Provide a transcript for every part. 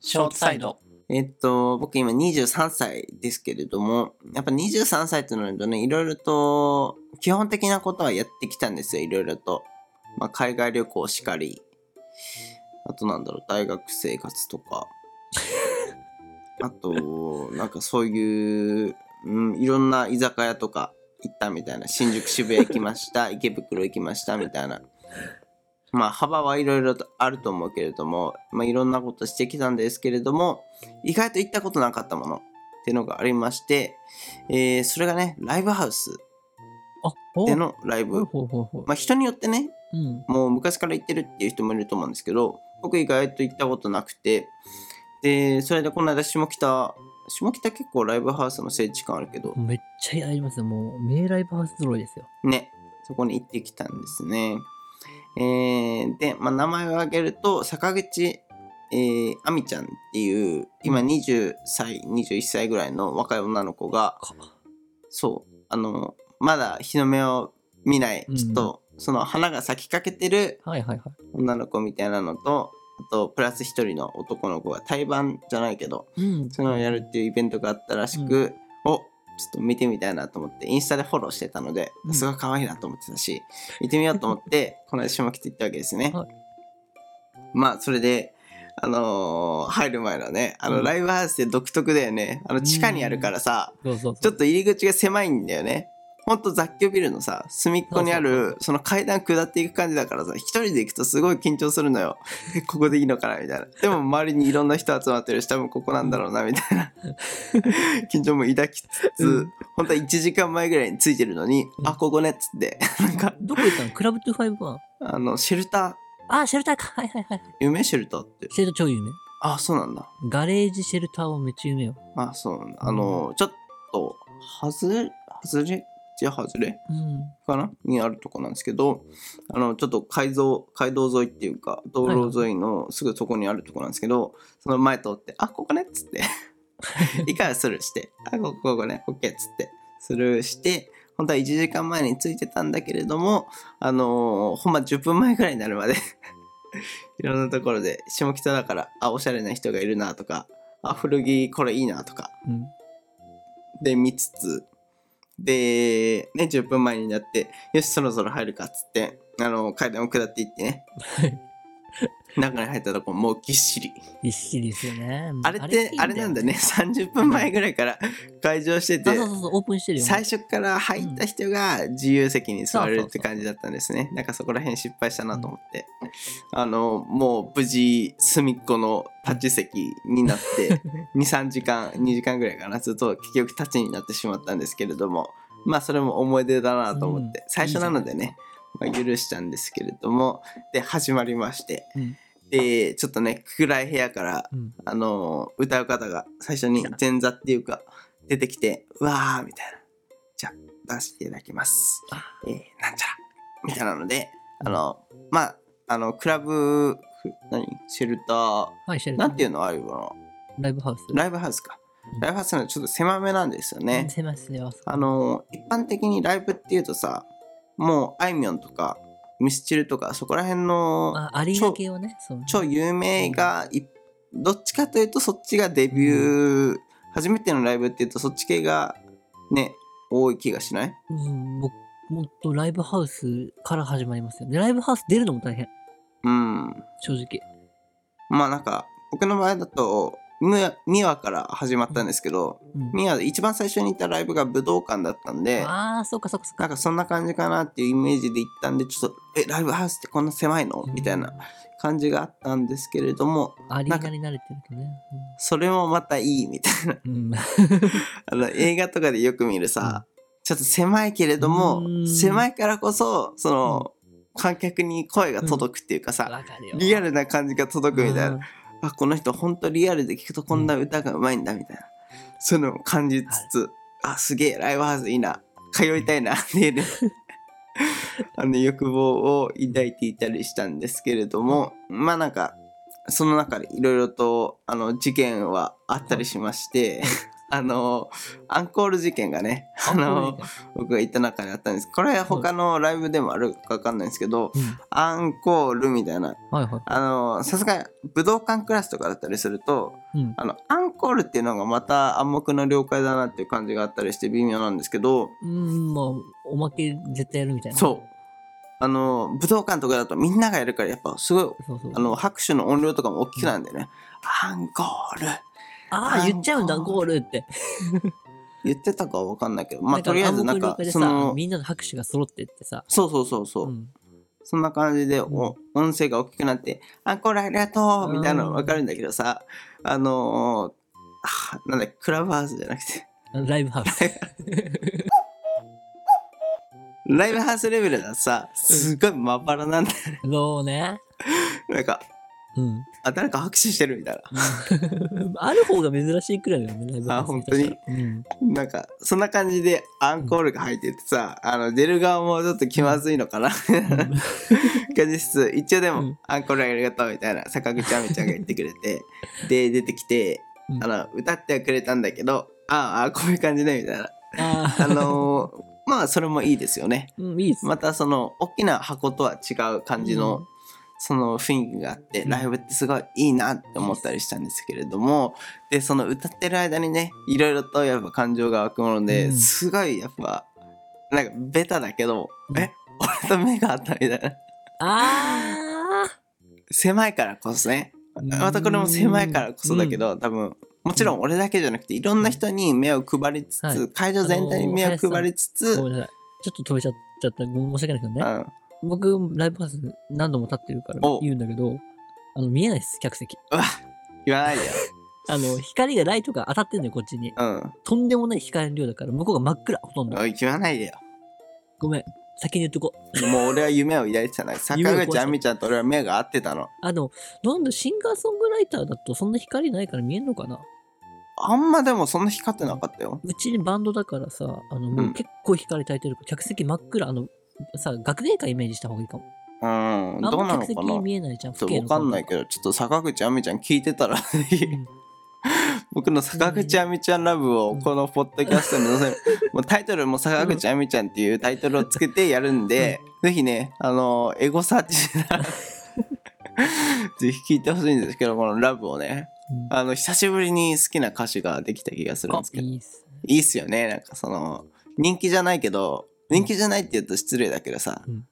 ショートサイド。えっと、僕今23歳ですけれども、やっぱ23歳となるとね、いろいろと、基本的なことはやってきたんですよ、いろいろと。まあ、海外旅行しかり、あとなんだろう、大学生活とか、あと、なんかそういう、うん、いろんな居酒屋とか行ったみたいな、新宿渋谷行きました、池袋行きましたみたいな。まあ、幅はいろいろとあると思うけれども、まあ、いろんなことしてきたんですけれども、意外と行ったことなかったものっていうのがありまして、えーそれがね、ライブハウスあ、ほうでのライほうブ。ほうほうほう。まあ、人によってね、うん。もう昔から行ってるっていう人もいると思うんですけど、僕意外と行ったことなくて、で、それでこの間下北、下北結構ライブハウスの聖地感あるけど、めっちゃありますよ。もう、名ライブハウス揃いですよ。ね、そこに行ってきたんですね。えーで、まあ、名前を挙げると、坂口、えー、亜美ちゃんっていう、今20歳、21歳ぐらいの若い女の子が、そう、あの、まだ日の目を見ない、うんちょっと、その花が咲きかけてるはいはいは女の子みたいなのと、あと、プラス一人の男の子が対バンじゃないけど、い。うん。それをやるっていうイベントがあったらしく、おちょっと見てみたいなと思ってインスタでフォローしてたので、うんすごい可愛いなと思ってたし行ってみようと思って この間下北行ったわけですね、はいまあそれであのー入る前のねあうのんライブハウスって独特だよねあの地下にあるからさ、そうそうちそょう。っと入り口が狭いんだよねほんと雑居ビルのさ隅っこにあそうそうるその階段下っていく感じだからさ一人で行くとすごい緊張するのよ ここでいいのかなみたいなでも周りにいろんな人集まってるし多分ここなんだろうなみた いな緊張も抱きつつ、うん本当は1時間前ぐらいについてるのに、うんあここねっつってなんかどこ行ったのクラブ25は。あのシェルタあ、シェルターか。はいはいはい。ー夢シェルターってシェルター超有名。あそうなんだガレージシェルターはめっちゃ有名よ。あそうなんだあのちょっと外れ外れじゃ外れうん。かなにあるとこなんですけどあのちょっと改造街道沿いっていうか道路沿いのすぐそこにあるとこなんですけど、その前通って「あここね」っつって一回はスルーして「あここここね OK」っつってスルーして本当は1時間前に着いてたんだけれどもあのーほんま10分前ぐらいになるまで いろんなところで下北だからあおしゃれな人がいるなとかあ古着これいいなとかうん。で見つつで、ね、10分前になってよしそろそろ入るかっつってあの階段を下っていってねはい中に入ったとこもうぎっしりぎっしりですよね。あれってあれなんだね。30分前ぐらいから会場してあ、てそうそうそう、オープンしてるよね。最初から入った人が自由席に座れるそうっそうてそう感じだったんですねなんかそこら辺失敗したなと思ってあのもう無事隅っこの立ち席になって 23時間2時間ぐらいかなずっと結局立ちになってしまったんですけれどもまあそれも思い出だなと思って、うん最初なのでねまあ、許したんですけれどもで始まりまして、うんでちょっとね暗い部屋からうん。あの歌う方が最初に前座っていうか出てきて「うわー」みたいな「じゃあ出していただきます」あえーなんちゃら」みたいなのであのまああのクラブふ何シェルターはい、シェルター。なんていうのああいうのライブハウス。ライブハウスかうんライブハウスのちょっと狭めなんですようんね狭いっすよ。そこあの一般的にライブっていうとさもうあいみょんとかミスチルとかそこら辺のまあ、アリーナ系をね、そう。超有名がいどっちかというとそっちがデビュー、初めてのライブっていうとそっち系がね多い気がしないうん、ももっとライブハウスから始まりますよね。ライブハウス出るのも大変、うん正直。まあなんか僕の場合だとミワから始まったんですけどうん、ミワ一番最初に行ったライブが武道館だったんでああ、そうかそうかそうなか。んかそんな感じかなっていうイメージで行ったんでちょっとえライブハウスってこんな狭いのみたいな感じがあったんですけれどもうん。アリーナに慣れてるとね。それもまたいいみたいなうん。あの映画とかでよく見るさ、ちょっと狭いけれどもう、ん狭いからこそ、その、観客に声が届くっていうかさ、わかるよ。リアルな感じが届くみたいな。うんあ、この人本当リアルで聞くとこんな歌がうまいんだみたいな。そういうのを感じつつ、あ、すげえ、ライブハウスいいな、通いたいなっていうね あの欲望を抱いていたりしたんですけれども、まあなんか、その中でいろいろとあの事件はあったりしまして、あのアンコール事件がねあの僕が言った中であったんですこれ他のライブでもあるか分かんないんですけど、うんアンコールみたいなはいはあのさすがに武道館クラスとかだったりするとい。うん。あのアンコールっていうのがまた暗黙の了解だなっていう感じがあったりして微妙なんですけどうん、まあ、おまけ絶対やるみたいな。そうあの武道館とかだとみんながやるからやっぱすごいそうそう。あの拍手の音量とかも大きくなるんだよね、アンコールああ、言っちゃうんだ、ゴールって。言ってたかは分かんないけどまあだかとらりあえずなん暗黙の了か解でそさのみんなの拍手が揃ってってさ。そうそうそうそう、んそんな感じでお音声が大きくなって「アンコールありがとう!」みたいなの分かるんだけどさあのーあなんだクラブハウスじゃなくてあのライブハウス。ライブハウスレベルだとさすごいまばらなんだよそうね。なんかうん。 あ誰か拍手してるみたいある方が珍しいくらいだよね、ライブハウス。あ本当にうん。ななんかそんな感じでアンコールが入っててさあの出る側もちょっと気まずいのかな感じしつつ一応でも、うんアンコールありがとう」みたいな坂口亜美ちゃんが言ってくれてで出てきてうんあの歌ってはくれたんだけどああこういう感じねみたいなあ あの ーまあそれもいいですよねーうん、いいっす。またその大きな箱とは違う感じの、うんその雰囲気があってうんライブってすごいいいなって思ったりしたんですけれどもでその歌ってる間にねいろいろとやっぱ感情が湧くもので、うんすごいやっぱなんかベタだけど、うんえ 俺と目が合ったみたいなあ狭いからこそねあ。またこれも狭いからこそだけど、多分もちろん俺だけじゃなくていろんな人に目を配りつつ、はい会場全体に目を配りつうつ、ん。ごめんなさい。ちょっと飛べちゃっちゃった。ごめん申し訳ないけどね。うん僕、ライブハウス何度も立ってるからお言うんだけど、あの、見えないです、客席。言わないでよ。あの、光がライトが当たってんのよ、こっちに。うん。とんでもない光の量だから、向こうが真っ暗、ほとんど。おい、言わないでよ。ごめん。先に言っとこう。もう俺は夢を抱いてたのに、夢を壊坂し口た亜美ちゃんと俺は目が合ってたの。あの、なんだ、シンガーソングライターだとそんな光ないから見えんのかなあんまでもそんな光ってなかったよ。うちにバンドだからさ、あの、もうんう結構光焚いてるから、客席真っ暗、あの、さ、学芸会イメージした方がいいかも。うん、あんどうなまの客か席な見えないじゃん、ちょっ風と景わのかんないけど、ちょっと坂口亜美ちゃん聞いて たら、ぜひうん僕の坂口亜美ちゃんラブをこのポッドキャストに載せる。もうタイトルも坂口亜美ちゃんっていうタイトルをつけてやるんで、ぜひね、あの、エゴサーチしながら ぜひ聞いてほしいんですけど、このラブをね。うんあの、久しぶりに好きな歌詞ができた気がするんあですけど。いいっすね。いいっすよねなんかその人気じゃないけど人気じゃないって言うと失礼だけどさ、うん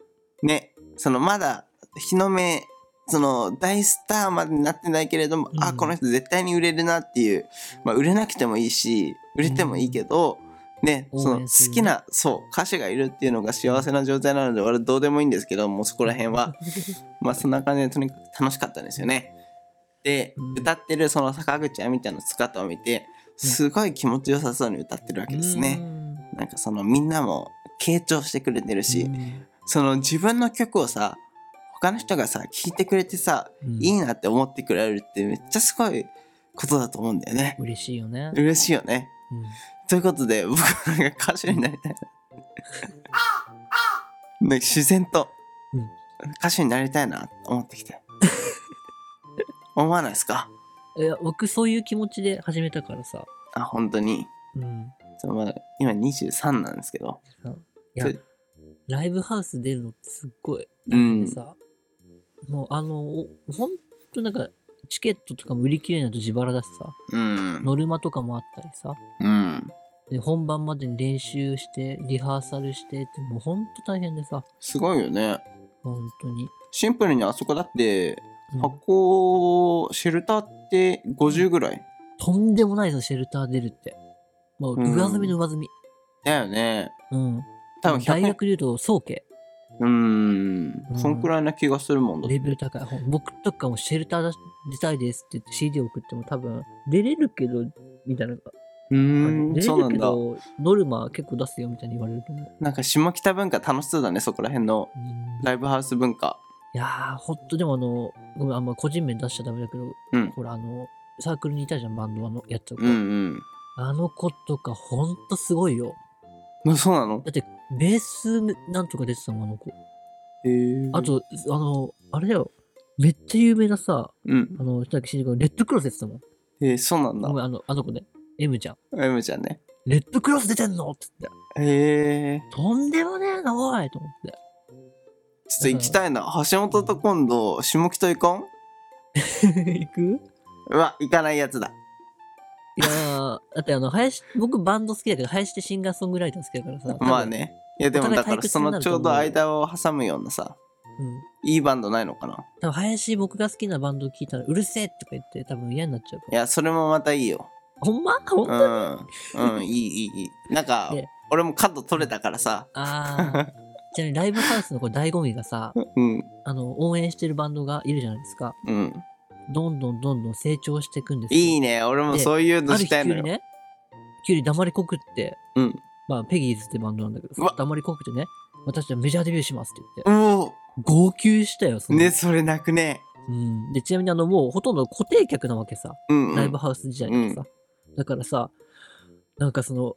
ねそのまだ日の目その大スターまでになってないけれども、うんあこの人絶対に売れるなっていう、まあ、売れなくてもいいし売れてもいいけど、ねその応援するね好きなそう歌手がいるっていうのが幸せな状態なので俺どうでもいいんですけどもうそこら 辺はまあそんな感じでとにかく楽しかったんですよね。で、うん歌ってるその坂口亜美ちゃんの姿を見てうんすごい気持ちよさそうに歌ってるわけですね。ね。なんかそのみんなも傾聴してくれてるし、うんその自分の曲をさ他の人がさ聴いてくれてさ、いいなって思ってくれるってめっちゃすごいことだと思うんだよね。嬉しいよね。嬉しいよね。うんということで僕なんか歌手になりたいな。なんか自然とうん歌手になりたいなと思ってきて。思わないですかいや僕そういう気持ちで始めたからさ、あ本当に。うん、そのまだ今23なんですけど。いやそれライブハウス出るのってすっごいうん。さ、もうあのおほんとなんかチケットとかも売り切れないと自腹だしさうん。ノルマとかもあったりさうん。で本番までに練習してリハーサルしてってもうほんと大変でさすごいよね。ほんとに、シンプルにあそこだってうん箱シェルターって50ぐらいとんでもないぞシェルター出るってもううん上積みの上積みだよね。うん、多分大100円学でいうと総計うんう。んそんくらいな気がするもんだってレベル高い。ほん僕とかもシェルター出たいですって言って CD 送っても多分出れるけど、みたいな。うーん、出それうなるんけだ。ど、ノルマ結構出すよみたいに言われると思う。なんか下北文化楽しそうだね、そこら辺のうんライブハウス文化。いやー、ほんとでもあの、ごめん、あんま個人名出しちゃダメだけど、うんほらあの、サークルにいたじゃん、バンドのやつとか。うんうんあの子とかほんとすごいよ。うん。そうなのだって、ベースなんとか出てたもん、あの子。へえ。あ、と、あの、あれだよ。めっちゃ有名なさ、うん。あの、人だっけ、CD がレッドクロスやってたもん。えー、そうなんだご。めん、あの、あの子ね。 M ちゃん。 M ちゃんね。レッドクロス出てんのって言って、へえ。とんでもねえな、おいと思 って。ちょっと行きたいな。橋本と今度、下北行こん行くうわ、行かないやつだ。いやー、だってあの、林、僕バンド好きだけど、林ってシンガーソングライター好きだからさ。まあね。いや、でもお互いだから、退屈そのちょうど間を挟むようなさ、多分。うん。いいバンドないのかな多分、林、僕が好きなバンド聞いたら、うるせえとか言って、多分嫌になっちゃうかいら。や、それもまたいいよ。ほんまほんう ま、ん。うん、いい、いい、いい。なんかね、俺もカット取れたからさ。あー。ちなみにライブハウスのこれ醍醐味が さ、うん、あの、応援してるバンドがいるじゃないですか。うん。どんどんどんどん成長していくんですよ。いいね。俺もそういうのあるし日たい急のによ。ね、急に黙りこくって、うん。まあ、ペギーズってバンドなんだけどうわさ、黙りこくってね、私はメジャーデビューしますって言って、お号泣したよ、そおのね、それなくね。うん。で、ちなみにあの、もうほとんど固定客なわけさ、うん、うん。ライブハウス時代からさ。だからさ、なんかその、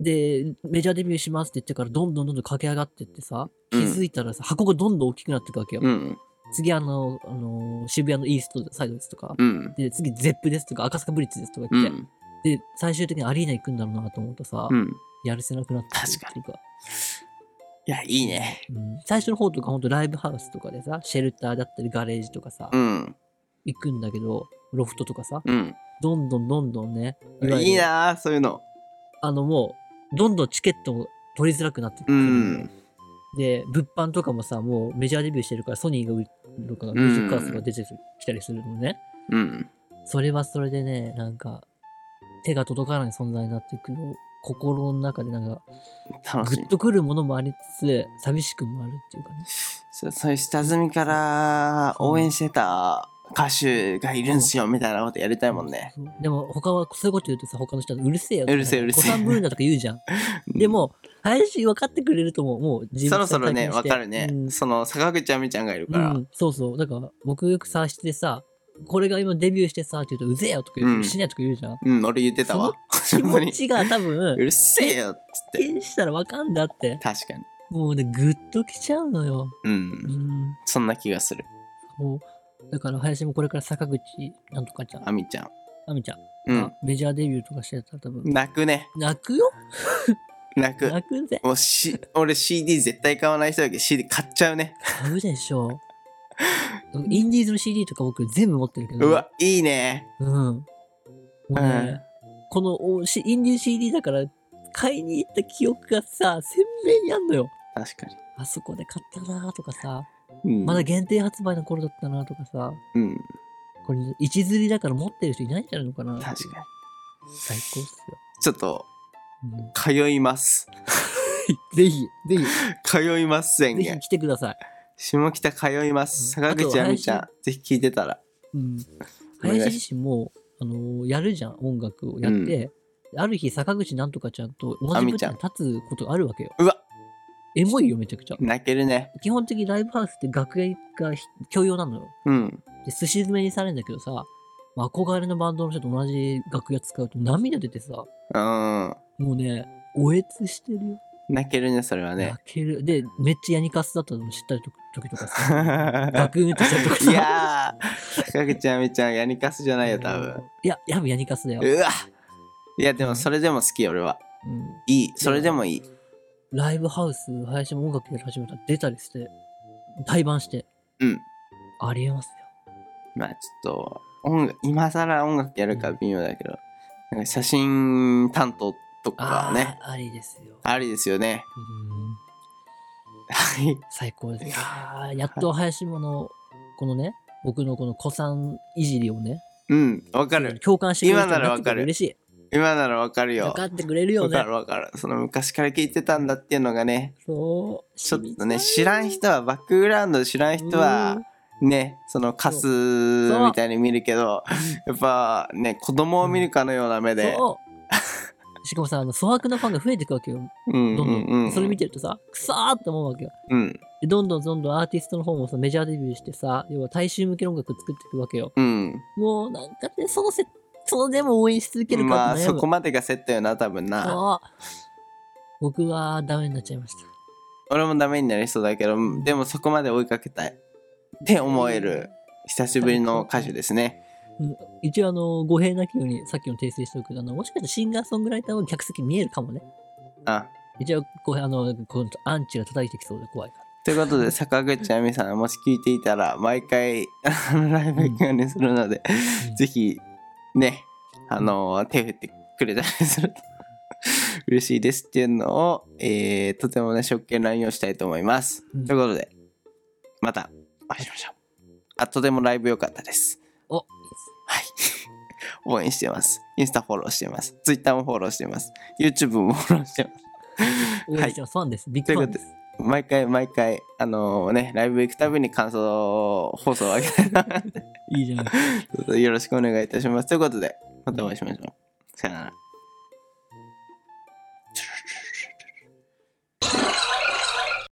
で、メジャーデビューしますって言ってから、どんどんどんどん駆け上がってってさ、気づいたらさ、箱がどんどん大きくなっていくわけよ。うん、次あの、あの渋谷のイーストサイドですとか、うん。で、次ゼップですとか、赤坂ブリッジですとかう来て、ん。で、最終的にアリーナ行くんだろうなと思うとさ、うん。やるせなくなってくるっていうかいや、いいね。うん、最初の方とかほんとライブハウスとかでさ、シェルターだったりガレージとかさ、うん、行くんだけど、ロフトとかさ、うん。どんどんどんどんね、わゆるいいなーそういうの。あのもう、どんどんチケットも取りづらくなってくる、うん。で、物販とかもさ、もうメジャーデビューしてるから、ソニーが売るとか、んミュージックカラスとか出てきたりするのね。うん。それはそれでね、なんか、手が届かない存在になっていくのを、心の中でなんか、楽グしみッ。とくるものもありつつ、寂しくもあるっていうかね。そうそういう下積みから応援してた歌手がいるんすよみたいなことやりたいもんね。そうでも、他は、そういうこと言うとさ、他の人はうるせえよとかうるせえうるせえ子さんぶるんだとか言うじゃん。でも、林分かってくれると思う。もう自そ分ろのそろ体ね、験しわてかるね。うんその坂口亜美ちゃんがいるから。うん、そうそう。だから、僕よく探しててさ、これが今デビューしてさ、って言うと、うぜえよとか言う、うんしないとか言うじゃん。うん、俺言ってたわ。気本当持に。ちが多 う分、るせえよっつって。転したらわかんだって。確かに。もうね、グッときちゃうのよ。う。うんん。そんな気がする。そう。だから、林もこれから坂口なんとかちゃん、亜美ちゃん。あみちゃんうがん。メジャーデビューとかしてたら多分、泣くね。泣くよ泣く。泣くぜ。もうし、俺 CD 絶対買わない人だけど CD 買っちゃうね。買うでしょ。インディーズの CD とか僕全部持ってるけど。うわ、いいね。うん。もうね、このおしインディー CD だから買いに行った記憶がさ、鮮明にあんのよ。確かに。あそこで買ったなとかさ、うん。まだ限定発売の頃だったなとかさ、うん。これ位置釣りだから持ってる人いないんじゃないのかな。確かに。最高っすよ。ちょっと、うん通います。 ぜひ、ぜひ、通います宣ぜ言ひ。来てください。下北通いまうんす。坂口亜美ちあゃん、ぜひ聞いてたら。うん。お願いします林自身も、あのーやるじゃん、音楽をやって、ある日、坂口なんとかちゃんと同じ舞台に立つことがあるわけよ。うわエモいよ、めちゃくちゃ。泣けるね。基本的にライブハウスって楽屋がひ共用なのよ。うん。で、すし詰めにされるんだけどさ、まあ憧れのバンドの人と同じ楽屋使うと涙出てさ、うん。もうね、おえつしてるよ。泣けるね、それはね。泣ける。で、めっちゃヤニカスだったの知った時とかさ、 楽屋とした時といか。やー、坂口亜美ちゃん、ヤニカスじゃないよ、多分。いや、やぶヤニカスだよ。うわいや、でもそれでも好き、俺は。うんいい。それでもいい。ライブハウス、林も音楽やり始めたら出たりして、対バンして、うん。ありえますよ。まあ、ちょっと、音楽、今更音楽やるか微妙だけど、なんか写真担当とあかあ、ね、ありですよ。ありですよね。うんはい。最高です。いやーやっと林もの、このね、僕のこの子さんいじりをね、うん、わかる。共感してくれる人今ならにってくれわかる嬉し今ならわかるい。よ。分かってくれるよわかねる。わかる。その昔から聞いてたんだっていうのがね、そう。ちょっ染みとたね、知らん人は、バックグラウンド知らん人は、ね、そのカスそうみたいに見るけど、やっぱね、子供を見るかのような目うんで、そう。しかもさ、あの、粗悪なファンが増えていくわけよ。うんどうんどん。んうん。それ見てるとさ、くさーって思うわけよ。うんでどんどんどんどんアーティストの方もさ、メジャーデビューしてさ、要は大衆向けの音楽作っていくわけよ。うん。もうなんかね、そのせ、そのでも応援し続けるまかっあ、てそ悩む。こまでがセットよな、多分な。そう僕はダメになっちゃいました。俺もダメになりそうだけど、でもそこまで追いかけたい。って思える、久しぶりの歌手ですね。うん一応あの、語弊なきようにさっきの訂正しておくけど、あの、もしかしたらシンガーソングライターは客席見えるかもね。あ、一応、こう、あの、このアンチが叩いてきそうで怖いから。ということで、坂口亜美さん、もし聞いていたら、毎回、あのライブ行くようにするので、うんぜひ、ね、あの、手振ってくれたりすると嬉しいですっていうのを、えー、とてもね、職権乱用したいと思います。うんということで、またお会いしましょう。あ、とてもライブ良かったです。お、いはい。 応援してます。インスタフォローしてます。ツイッターもフォローしてます。YouTube もフォローしてます。いです応援してますファンです。ビッグファンです。毎回毎回、あのね、ライブ行くたびに感想放送をあげたいないいじゃん。よろしくお願いいたします。ということで、またお会いしましょう。さよなら。